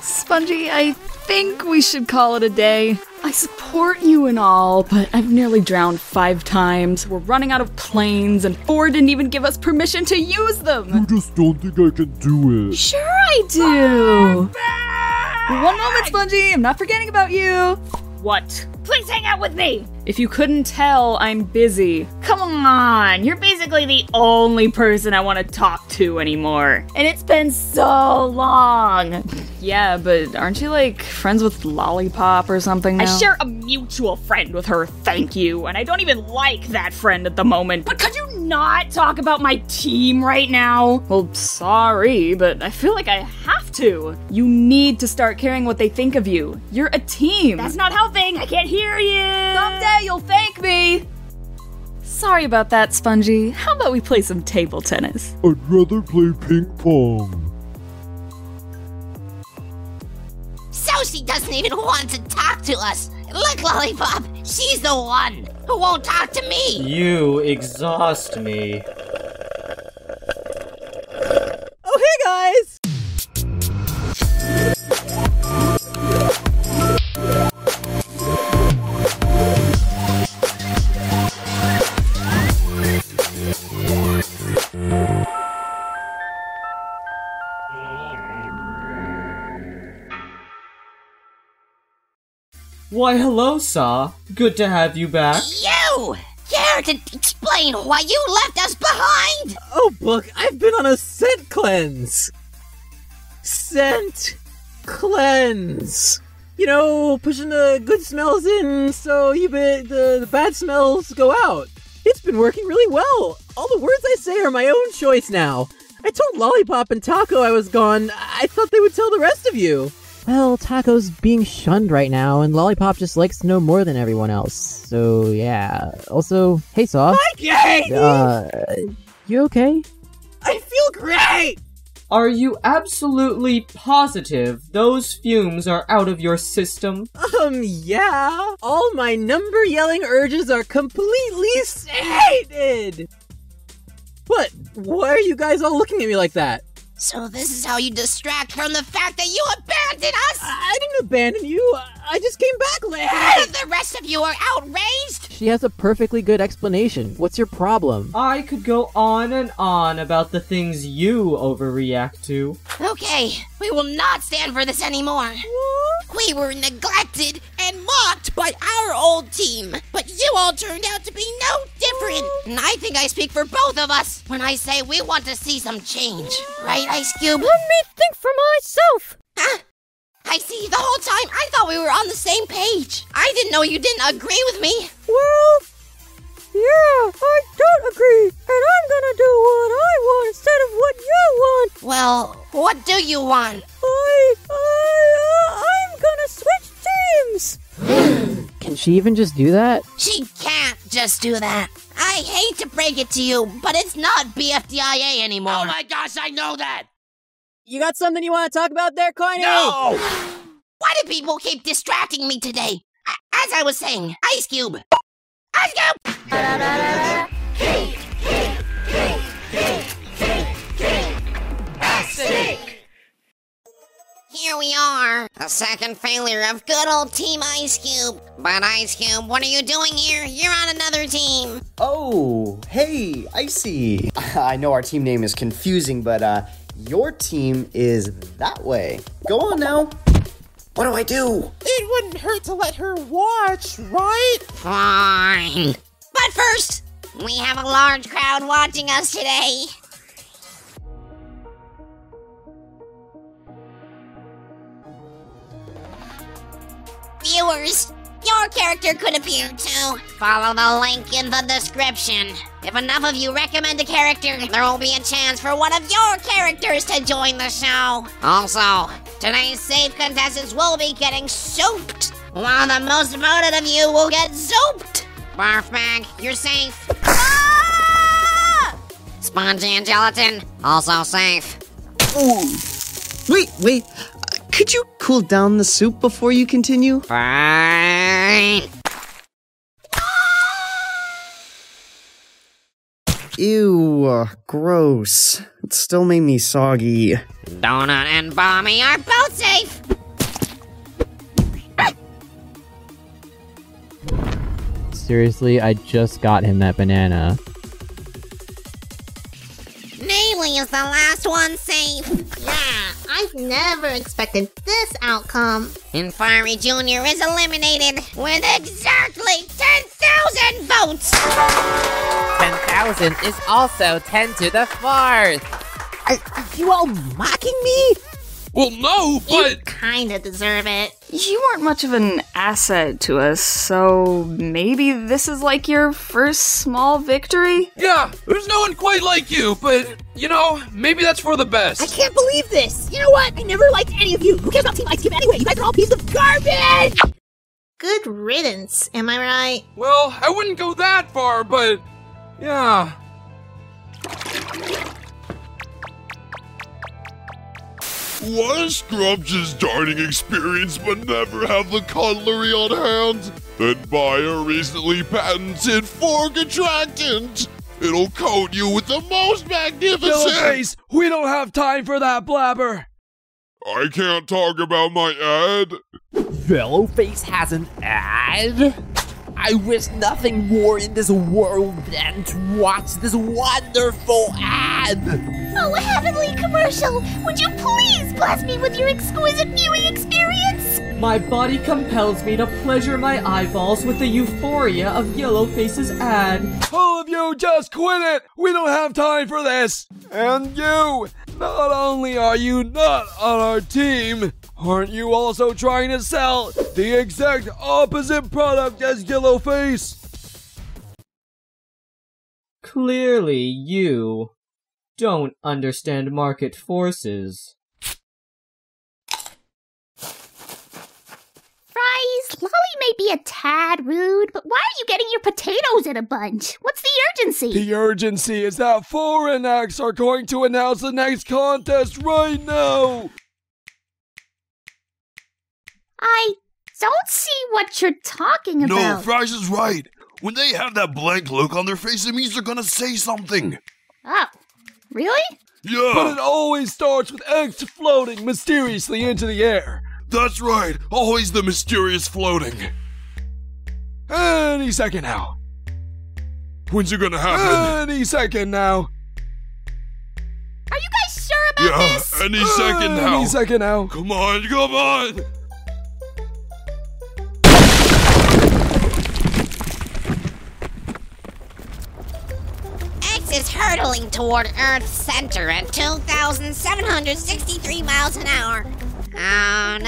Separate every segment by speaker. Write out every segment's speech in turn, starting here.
Speaker 1: Spongy, I think we should call it a day. I support you and all, but I've nearly drowned five times. We're running out of planes, and Ford didn't even give us permission to use them.
Speaker 2: You just don't think I can do it.
Speaker 1: Sure, I do. One moment, Spongy. I'm not forgetting about you. What?
Speaker 3: Please hang out with me!
Speaker 1: If you couldn't tell, I'm busy.
Speaker 3: Come on, you're basically the only person I want to talk to anymore. And it's been so long.
Speaker 1: Yeah, but aren't you like friends with Lollipop or something?
Speaker 3: I
Speaker 1: now?
Speaker 3: share a mutual friend with her, thank you, and I don't even like that friend at the moment. But could you not talk about my team right now?
Speaker 1: Well, sorry, but I feel like I have to. You need to start caring what they think of you. You're a team.
Speaker 3: That's not helping, I can't hear you!
Speaker 1: Someday you'll thank me. Sorry about that, Spongy. How about we play some table tennis?
Speaker 2: I'd rather play ping pong.
Speaker 4: Soshi doesn't even want to talk to us. Look, Lollipop, she's the one who won't talk to me.
Speaker 5: You exhaust me.
Speaker 6: Oh, hey guys!
Speaker 5: Why, hello, Saw. Good to have you back.
Speaker 4: You care to explain why you left us behind?
Speaker 6: Oh, Book, I've been on a scent cleanse! Scent cleanse! You know, pushing the good smells in so you be, the, the bad smells go out. It's been working really well. All the words I say are my own choice now. I told Lollipop and Taco I was gone. I thought they would tell the rest of you. Well, Taco's being shunned right now, and Lollipop just likes to know more than everyone else. So, yeah. Also, hey, Saw. Uh, you okay?
Speaker 7: I feel great!
Speaker 5: Are you absolutely positive those fumes are out of your system?
Speaker 6: Um, yeah. All my number yelling urges are completely sated. What? Why are you guys all looking at me like that?
Speaker 4: So this is how you distract from the fact that you abandoned us?
Speaker 6: I, I didn't abandon you. I, I just came back late.
Speaker 4: The rest of you are outraged?
Speaker 6: She has a perfectly good explanation. What's your problem?
Speaker 5: I could go on and on about the things you overreact to.
Speaker 4: Okay, we will not stand for this anymore. We were neglected and mocked by our old team, but you all turned out to be no different. And I think I speak for both of us when I say we want to see some change. Right, Ice
Speaker 8: Let
Speaker 4: Cube?
Speaker 8: me think for myself.
Speaker 4: Huh? I see, the whole time I thought we were on the same page. I didn't know you didn't agree with me.
Speaker 8: Well, yeah, I don't agree, and I'm gonna do what I want instead of what you want.
Speaker 4: Well, what do you want?
Speaker 8: I, I, uh, I'm gonna switch teams.
Speaker 6: Can she even just do that?
Speaker 4: She can't just do that. I hate to break it to you, but it's not BFDIA anymore.
Speaker 7: Oh my gosh, I know that!
Speaker 6: You got something you want to talk about there, Coiny?
Speaker 7: No!
Speaker 4: Why do people keep distracting me today? A- As I was saying, Ice Cube. Ice Cube! Here we are. A second failure of good old Team Ice Cube. But Ice Cube, what are you doing here? You're on another team.
Speaker 9: Oh, hey, Icy. I know our team name is confusing, but uh, your team is that way. Go on now. What do I do?
Speaker 7: It wouldn't hurt to let her watch, right?
Speaker 4: Fine. But first, we have a large crowd watching us today. Viewers, your character could appear too. Follow the link in the description. If enough of you recommend a character, there will be a chance for one of your characters to join the show. Also, today's save contestants will be getting souped, while the most voted of you will get souped. Barfbag, you're safe. Ah! Spongy and Gelatin, also safe.
Speaker 9: Wait, wait. Uh, Could you cool down the soup before you continue?
Speaker 4: Fine.
Speaker 9: Ew, uh, gross. It still made me soggy.
Speaker 4: Donut and Bommy are both safe.
Speaker 6: Seriously, I just got him that banana.
Speaker 4: Neely is the last one safe.
Speaker 10: Yeah, I've never expected this outcome.
Speaker 4: And Fiery Jr. is eliminated with exactly 10,000 votes.
Speaker 11: 10,000 is also 10 to the fourth.
Speaker 10: Are, are you all mocking me?
Speaker 11: Well, no,
Speaker 10: You kinda deserve it.
Speaker 1: You weren't much of an asset to us, so maybe this is like your first small victory?
Speaker 12: Yeah, there's no one quite like you, but you know, maybe that's for the best.
Speaker 10: I can't believe this! You know what? I never liked any of you! Who cares about Team Ice Cube anyway? You guys are all pieces of garbage! Good riddance, am I right?
Speaker 12: Well, I wouldn't go that far, but yeah.
Speaker 2: Want to scrub his dining experience but never have the cutlery on hand? Then buy a recently patented fork attractant. It'll coat you with the most magnificent.
Speaker 13: Face, we don't have time for that blabber.
Speaker 2: I can't talk about my ad.
Speaker 11: Fellow Face has an ad? I wish nothing more in this world than to watch this wonderful ad!
Speaker 10: Oh, heavenly commercial! Would you please bless me with your exquisite viewing experience?
Speaker 5: My body compels me to pleasure my eyeballs with the euphoria of Yellowface's ad.
Speaker 13: All of you, just quit it. We don't have time for this. And you, not only are you not on our team, aren't you also trying to sell the exact opposite product as Yellowface?
Speaker 5: Clearly, you don't understand market forces.
Speaker 14: Fries, Lolly may be a tad rude, but why are you getting your potatoes in a bunch? What's the urgency?
Speaker 13: The urgency is that foreign acts are going to announce the next contest right now.
Speaker 14: I don't see what you're talking
Speaker 15: No,
Speaker 14: about.
Speaker 15: Fries is right. When they have that blank look on their face, it means they're gonna say something.
Speaker 14: oh, really?
Speaker 15: Yeah.
Speaker 13: But it always starts with eggs floating mysteriously into the air.
Speaker 15: That's right. Always the mysterious floating.
Speaker 13: Any second now.
Speaker 15: When's it gonna happen?
Speaker 13: Any second now.
Speaker 14: Are you guys sure about
Speaker 15: yeah,
Speaker 14: this?
Speaker 15: any second now.
Speaker 13: Any second now.
Speaker 15: Come on, come on.
Speaker 4: X is hurtling toward Earth's center at 2,763 miles an hour. Oh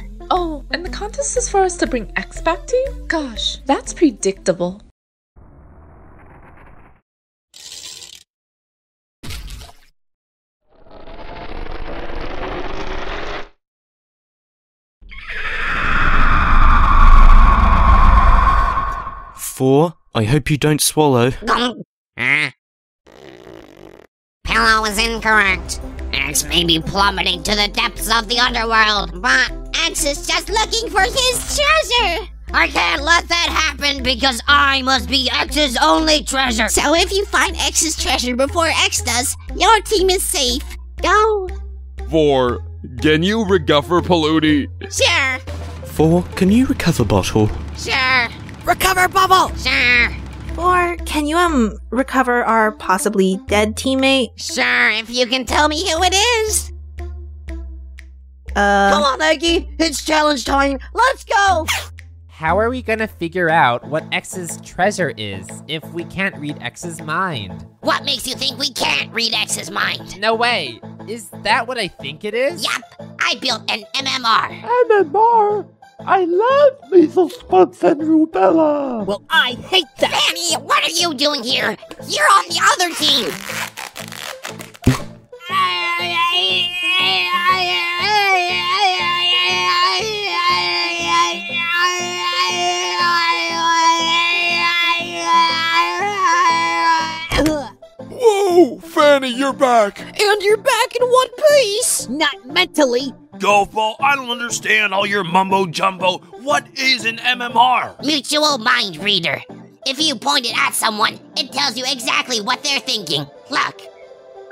Speaker 4: no!
Speaker 16: Oh, and the contest is for us to bring X back to you? Gosh, that's predictable.
Speaker 17: Four, I hope you don't swallow.
Speaker 4: Gum. Ah. Pillow is incorrect. X may be plummeting to the depths of the underworld, but X is just looking for his treasure! I can't let that happen because I must be X's only treasure! So if you find X's treasure before X does, your team is safe. Go!
Speaker 12: Four. Can you recover Paludi?
Speaker 4: Sure!
Speaker 17: Four, can you recover bottle?
Speaker 4: Sure!
Speaker 18: Recover bubble!
Speaker 4: Sure!
Speaker 18: Or can you, um, recover our possibly dead teammate?
Speaker 4: Sure, if you can tell me who it is!
Speaker 18: Uh.
Speaker 11: Come
Speaker 18: on, Eggy! It's challenge time! Let's go!
Speaker 11: How are we gonna figure out what X's treasure is if we can't read X's mind?
Speaker 4: What makes you think we can't read X's mind?
Speaker 11: No way! Is that what I think it is?
Speaker 4: Yep! I built an MMR!
Speaker 7: MMR? I love measles, mumps, and rubella.
Speaker 4: Well, I hate that. Fanny, what are you doing here? You're on the other team.
Speaker 12: Whoa, Fanny, you're back.
Speaker 7: And you're back in one piece. Not mentally.
Speaker 15: Goofball, I don't understand all your mumbo jumbo. What is an MMR?
Speaker 4: Mutual mind reader. If you point it at someone, it tells you exactly what they're thinking. Look,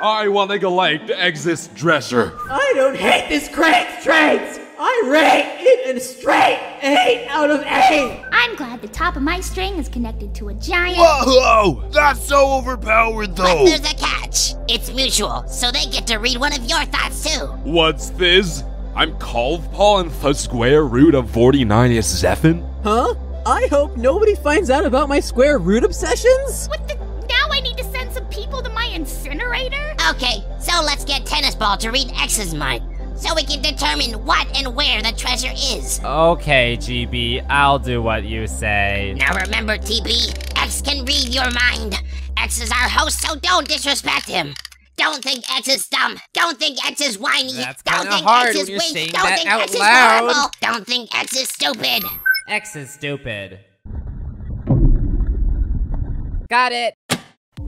Speaker 15: I want to like to exit dresser.
Speaker 19: I don't hate this credit trains! I rate it a straight 8 out of 8!
Speaker 20: I'm glad the top of my string is connected to a giant.
Speaker 21: Whoa! That's so overpowered,
Speaker 4: but
Speaker 15: Oh.
Speaker 21: though.
Speaker 4: there's a catch. It's mutual, so they get to read one of your thoughts too.
Speaker 15: What's this? I'm Kalvpal and the square root of 49 is 7?
Speaker 6: Huh? I hope nobody finds out about my square root obsessions?
Speaker 20: What the? Now I need to send some people to my incinerator?
Speaker 4: Okay, so let's get Tennis Ball to read X's mind, so we can determine what and where the treasure is.
Speaker 5: Okay, GB, I'll do what you say.
Speaker 4: Now remember, TB, X can read your mind. X is our host, so don't disrespect him. Don't think X is dumb. Don't think X is whiny. don't
Speaker 5: kinda
Speaker 4: think
Speaker 5: hard
Speaker 4: X
Speaker 5: when
Speaker 4: is
Speaker 5: you're saying
Speaker 4: weak. Don't
Speaker 5: that
Speaker 4: think
Speaker 5: out
Speaker 4: X
Speaker 5: loud.
Speaker 4: is horrible. Don't think X is stupid.
Speaker 5: X is stupid. Got it!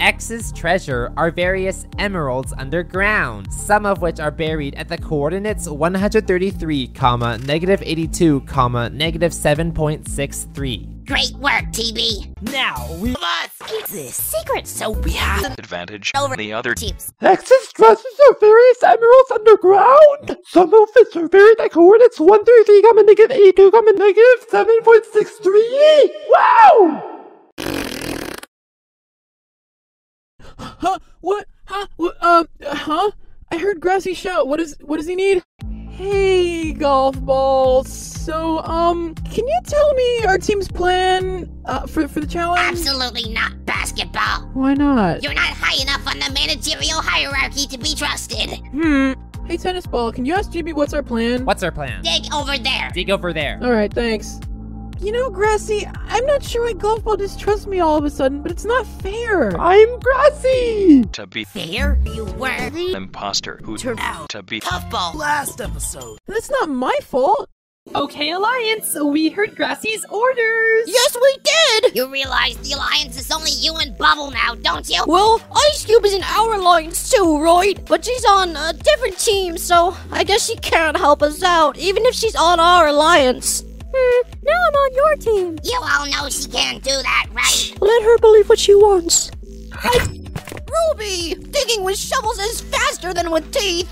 Speaker 5: X's treasure are various emeralds underground, some of which are buried at the coordinates 133, comma, negative 82, comma, negative 7.63.
Speaker 4: Great work, TB.
Speaker 5: Now we
Speaker 4: must keep this
Speaker 20: secret, so
Speaker 4: we have
Speaker 22: advantage
Speaker 4: over
Speaker 22: the other
Speaker 4: teams.
Speaker 23: Hex's dresses are various emeralds underground. Some of which are buried at coordinates 133, comma negative
Speaker 6: E
Speaker 23: 82, comma negative 7.63. Wow!
Speaker 6: Huh? What? Huh? What, um, huh? I heard Grassy shout. What is? What does he need? Hey, golf ball. So, um, can you tell me our team's plan uh, for for the challenge?
Speaker 4: Absolutely not basketball.
Speaker 6: Why not?
Speaker 4: You're not high enough on the managerial hierarchy to be trusted.
Speaker 6: Hmm. Hey, tennis ball. Can you ask GB what's our plan?
Speaker 5: What's our plan?
Speaker 4: Dig over there.
Speaker 5: Dig over there.
Speaker 6: All right. Thanks. You know, Grassy, I'm not sure why golf ball distrusts me all of a sudden, but it's not fair.
Speaker 23: I'm Grassy.
Speaker 22: To be
Speaker 4: fair, you were
Speaker 22: the imposter who turned out to be
Speaker 4: puffball
Speaker 22: last episode.
Speaker 6: That's not my fault.
Speaker 16: Okay, Alliance, we heard Grassy's orders.
Speaker 24: Yes, we did!
Speaker 4: You realize the alliance is only you and Bubble now, don't you?
Speaker 24: Well, Ice Cube is in our alliance too, right? But she's on a different team, so I guess she can't help us out, even if she's on our alliance. Hmm, now I'm on your team.
Speaker 4: You all know she can't do that, right?
Speaker 24: Let her believe what she wants. Ruby! Digging with shovels is faster than with teeth!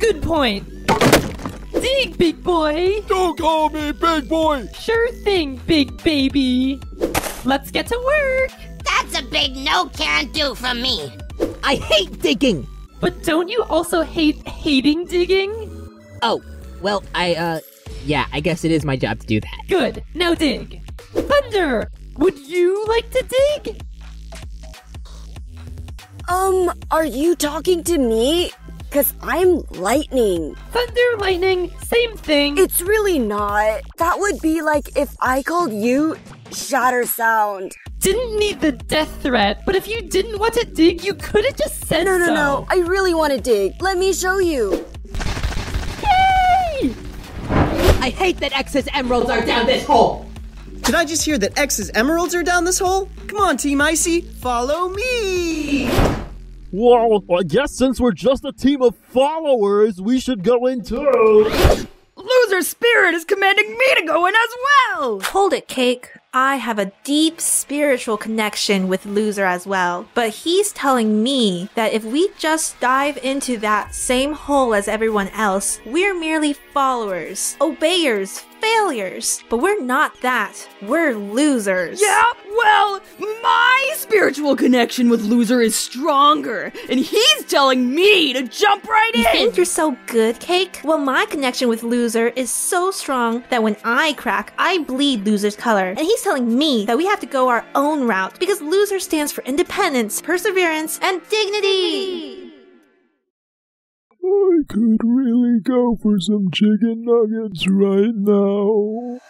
Speaker 16: Good point. Dig, big boy!
Speaker 25: Don't call me big boy!
Speaker 16: Sure thing, big baby! Let's get to work!
Speaker 4: That's a big no can do from me.
Speaker 16: I hate digging! But don't you also hate hating digging?
Speaker 26: Oh, well, I, uh, yeah, I guess it is my job to do that.
Speaker 16: Good, now dig! Thunder! Would you like to dig?
Speaker 27: Um, are you talking to me? Cause I'm lightning.
Speaker 16: Thunder, lightning, same thing.
Speaker 27: It's really not. That would be like if I called you Shatter Sound.
Speaker 16: Didn't need the death threat, but if you didn't want to dig, you could have just said
Speaker 27: No, no,
Speaker 16: so.
Speaker 27: no. I really want to dig. Let me show you.
Speaker 26: I hate that X's emeralds are down this hole!
Speaker 13: Did I just hear that X's emeralds are down this hole? Come on, Team Icy, follow me!
Speaker 23: Well, I guess since we're just a team of followers, we should go into.
Speaker 27: Loser Spirit is commanding me to go in as well!
Speaker 3: Hold it, Cake. I have a deep spiritual connection with Loser as well, but he's telling me that if we just dive into that same hole as everyone else, we're merely followers, obeyers, failures, but we're not that. We're losers.
Speaker 28: Yeah, well, my spiritual connection with Loser is stronger, and he's telling me to jump right
Speaker 3: You
Speaker 28: in!
Speaker 3: think you're so good, Cake? Well, my connection with Loser is so strong that when I crack, I bleed Loser's color. And he's telling me that we have to go our own route because Loser stands for independence, perseverance, and dignity.
Speaker 23: I could really go for some chicken nuggets right now.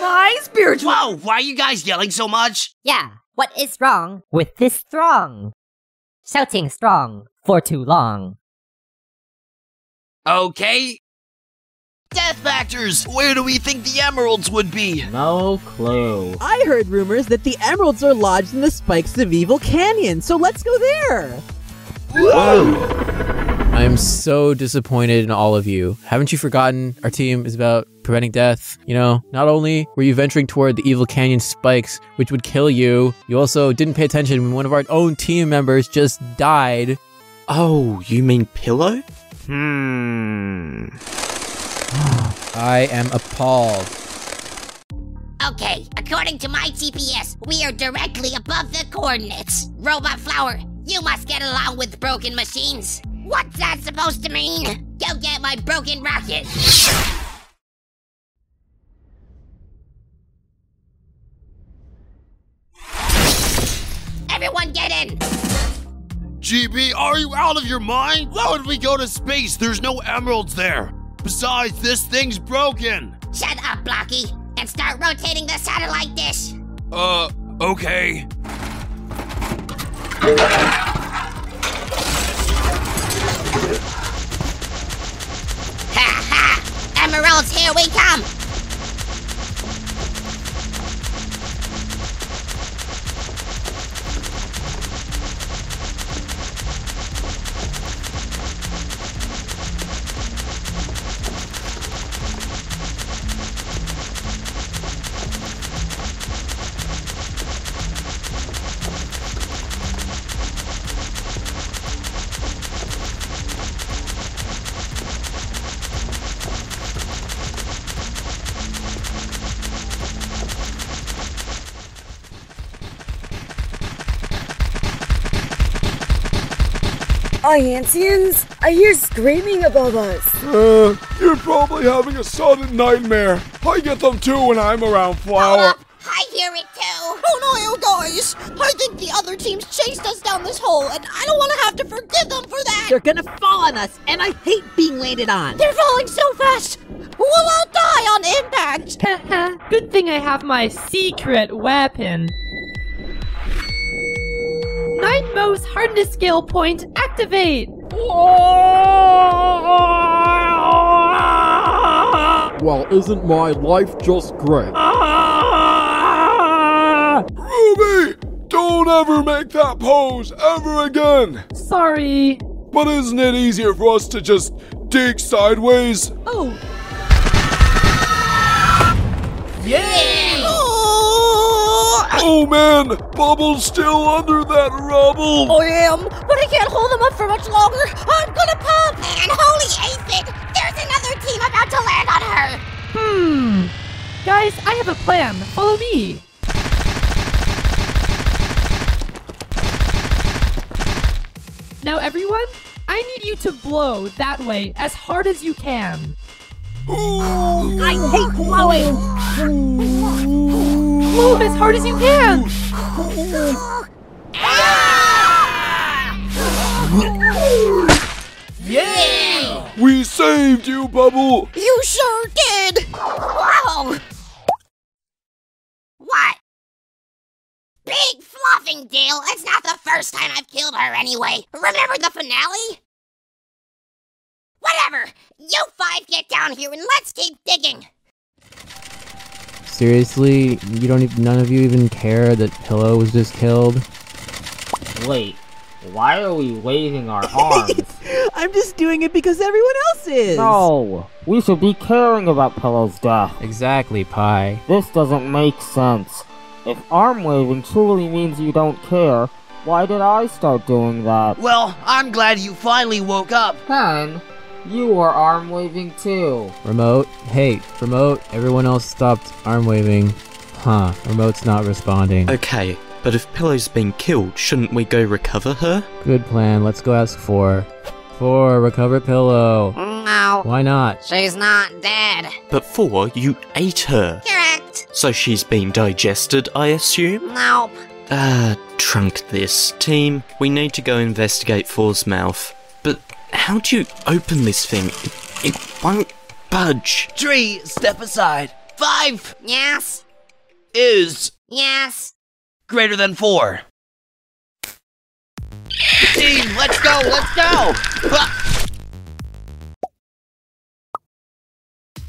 Speaker 28: My spiritual.
Speaker 29: Whoa, why are you guys yelling so much?
Speaker 30: Yeah, what is wrong with this strong? Shouting strong for too long.
Speaker 29: Okay. Death Factors, where do we think the emeralds would be?
Speaker 6: No clue. I heard rumors that the emeralds are lodged in the spikes of Evil Canyon, so let's go there!
Speaker 29: Whoa!
Speaker 6: I'm so disappointed in all of you. Haven't you forgotten our team is about preventing death? You know, not only were you venturing toward the evil canyon spikes, which would kill you, you also didn't pay attention when one of our own team members just died. Oh, you mean Pillow? Hmm. I am appalled.
Speaker 4: Okay, according to my GPS, we are directly above the coordinates. Robot Flower, you must get along with broken machines. What's that supposed to mean? Go get my broken rocket. Everyone get in!
Speaker 15: GB, are you out of your mind? Why would we go to space? There's no emeralds there. Besides, this thing's broken.
Speaker 4: Shut up, Blocky, and start rotating the satellite dish.
Speaker 15: Uh, okay.
Speaker 4: Emeralds, here we come!
Speaker 31: Iantians, I hear screaming above us.
Speaker 13: Uh, you're probably having a sudden nightmare. I get them too when I'm around
Speaker 15: Ah,
Speaker 13: Flower.
Speaker 4: I hear it too.
Speaker 10: Oh no, you guys! I think the other teams chased us down this hole, and I don't want to have to forgive them for that.
Speaker 32: They're gonna fall on us, and I hate being landed on.
Speaker 10: They're falling so fast. We'll all die on impact.
Speaker 1: Good thing I have my secret weapon. Nightmo's hardness skill point activate.
Speaker 2: Well, isn't my life just great?
Speaker 13: Ruby, don't ever make that pose ever again.
Speaker 1: Sorry.
Speaker 13: But isn't it easier for us to just dig sideways?
Speaker 1: Oh,
Speaker 13: Oh man, Bubble's still under that rubble.
Speaker 10: I am, but I can't hold them up for much longer. I'm gonna pop.
Speaker 4: And holy aphid, there's another team about to land on her.
Speaker 1: hmm. Guys, I have a plan. Follow me. Now, everyone, I need you to blow that way as hard as you can.
Speaker 15: I
Speaker 1: hate blowing.
Speaker 13: Oh.
Speaker 1: Blow as hard as you can.
Speaker 13: Yeah! We saved you, Bubble.
Speaker 10: You sure did.
Speaker 4: Whoa! What? Big fluffing deal. It's not the first time I've killed her anyway. Remember the finale? Whatever. You five get down here and let's keep digging.
Speaker 6: Seriously, you don't. Even, none of you even care that Pillow was just killed.
Speaker 3: Wait, why are we waving our arms?
Speaker 32: I'm just doing it because everyone else is.
Speaker 3: no, we should be caring about Pillow's death.
Speaker 33: Exactly, Pi.
Speaker 3: This doesn't make sense. If arm waving truly means you don't care, why did I start doing that?
Speaker 34: Well, I'm glad you finally woke up.
Speaker 3: Ken, you were arm waving too.
Speaker 6: Remote, hey, remote. Everyone else stopped arm waving. Huh? Remote's not responding.
Speaker 5: Okay, but if Pillow's been killed, shouldn't we go recover her?
Speaker 6: Good plan. Let's go ask for. Four, recover Pillow.
Speaker 4: No.
Speaker 6: Why not?
Speaker 4: She's not dead.
Speaker 5: But four, you ate her.
Speaker 4: Correct.
Speaker 5: So she's been digested, I assume?
Speaker 4: Nope.
Speaker 5: Ah, trunk this. Team, we need to go investigate Four's mouth. But how do you open this thing? It, it won't budge.
Speaker 34: Three, step aside. Five
Speaker 4: Yes.
Speaker 34: is
Speaker 4: Yes.
Speaker 34: greater than four. Team, let's go, let's go! Ah,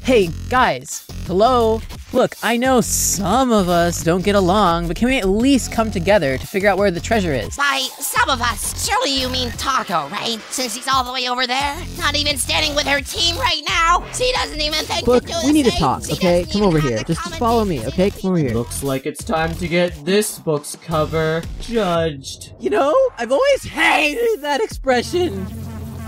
Speaker 17: Hey, guys. Hello.
Speaker 6: Look, I know some of us don't get along, but can we at least come together to figure out where the treasure is?
Speaker 4: By some of us, surely you mean Taco, right? Since he's all the way over there, not even standing with her team right now. She doesn't even think
Speaker 6: Look,
Speaker 4: to do
Speaker 6: we need
Speaker 4: the
Speaker 6: to
Speaker 4: same.
Speaker 6: talk,
Speaker 4: She
Speaker 6: okay?
Speaker 4: doesn't
Speaker 6: Come
Speaker 4: even
Speaker 6: over
Speaker 4: have
Speaker 6: here.
Speaker 4: the
Speaker 6: Just
Speaker 4: common
Speaker 6: follow me, okay? Come over here.
Speaker 5: Looks like it's time to get this book's cover judged.
Speaker 35: You know, I've always hated that expression.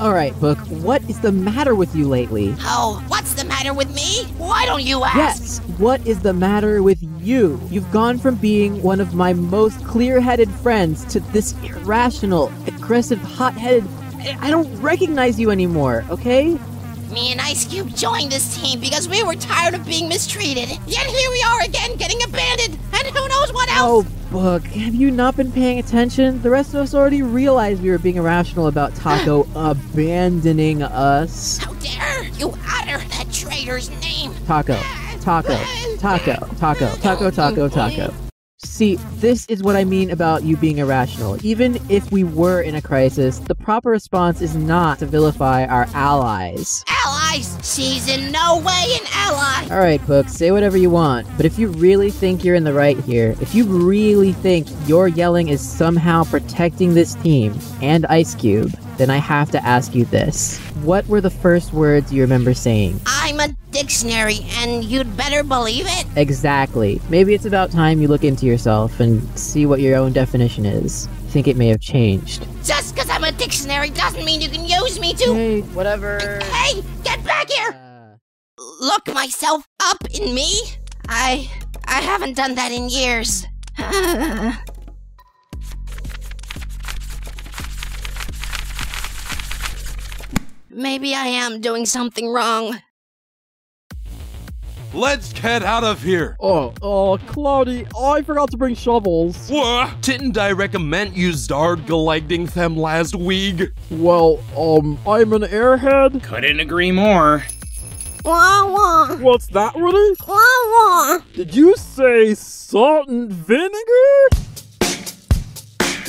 Speaker 6: Alright, Book, what is the matter with you lately?
Speaker 4: Oh, what's the matter with me? Why don't you ask?
Speaker 6: Yes, what is the matter with you? You've gone from being one of my most clear headed friends to this irrational, aggressive, hot headed. I don't recognize you anymore, okay?
Speaker 4: Me and Ice Cube joined this team because we were tired of being mistreated. Yet here we are again getting abandoned, and who knows what else?
Speaker 6: Oh, Book, have you not been paying attention? The rest of us already realized we were being irrational about Taco abandoning us.
Speaker 4: How dare you utter that traitor's name?
Speaker 6: Taco, taco, taco, taco, taco, taco, taco. See, this is what I mean about you being irrational. Even if we were in a crisis, the proper response is not to vilify our allies.
Speaker 4: Allies? She's in no way an ally.
Speaker 6: Alright, Book, say whatever you want, but if you really think you're in the right here, if you really think your yelling is somehow protecting this team and Ice Cube, then I have to ask you this. What were the first words you remember saying?
Speaker 4: I'm a dictionary, and you'd better believe it.
Speaker 6: Exactly. Maybe it's about time you look into yourself and see what your own definition is. I think it may have changed.
Speaker 4: Just because I'm a dictionary doesn't mean you can use me to.
Speaker 6: Hey, whatever.
Speaker 4: Hey, get back here!
Speaker 6: Uh,
Speaker 4: Look myself up in me? I. I haven't done that in years. Maybe I am doing something wrong.
Speaker 15: Let's get out of here.
Speaker 13: Oh, oh, Cloudy, I forgot to bring shovels.
Speaker 15: What? Didn't I recommend you start collecting them last week?
Speaker 13: Well, um, I'm an airhead.
Speaker 5: Couldn't agree more.
Speaker 13: Wah, wah. What's that, Rudy? Wah, wah. Did you say salt and vinegar?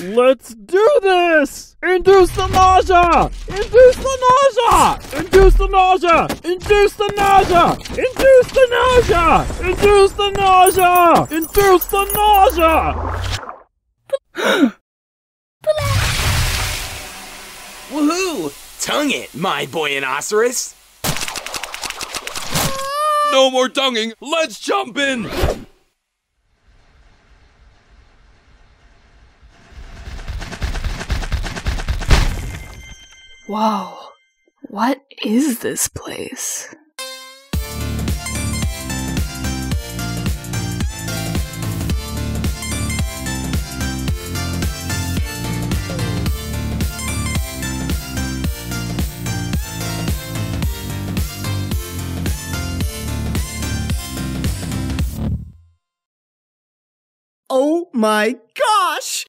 Speaker 13: Let's do this! Induce the nausea! Induce the nausea! Induce the nausea! Induce the nausea! Induce the nausea! Induce the nausea! Induce the nausea!
Speaker 6: Woohoo! Tongue it, my boy Inoceros!
Speaker 15: No more tonguing. Let's jump in.
Speaker 1: Whoa. What is this place?
Speaker 36: Oh my gosh!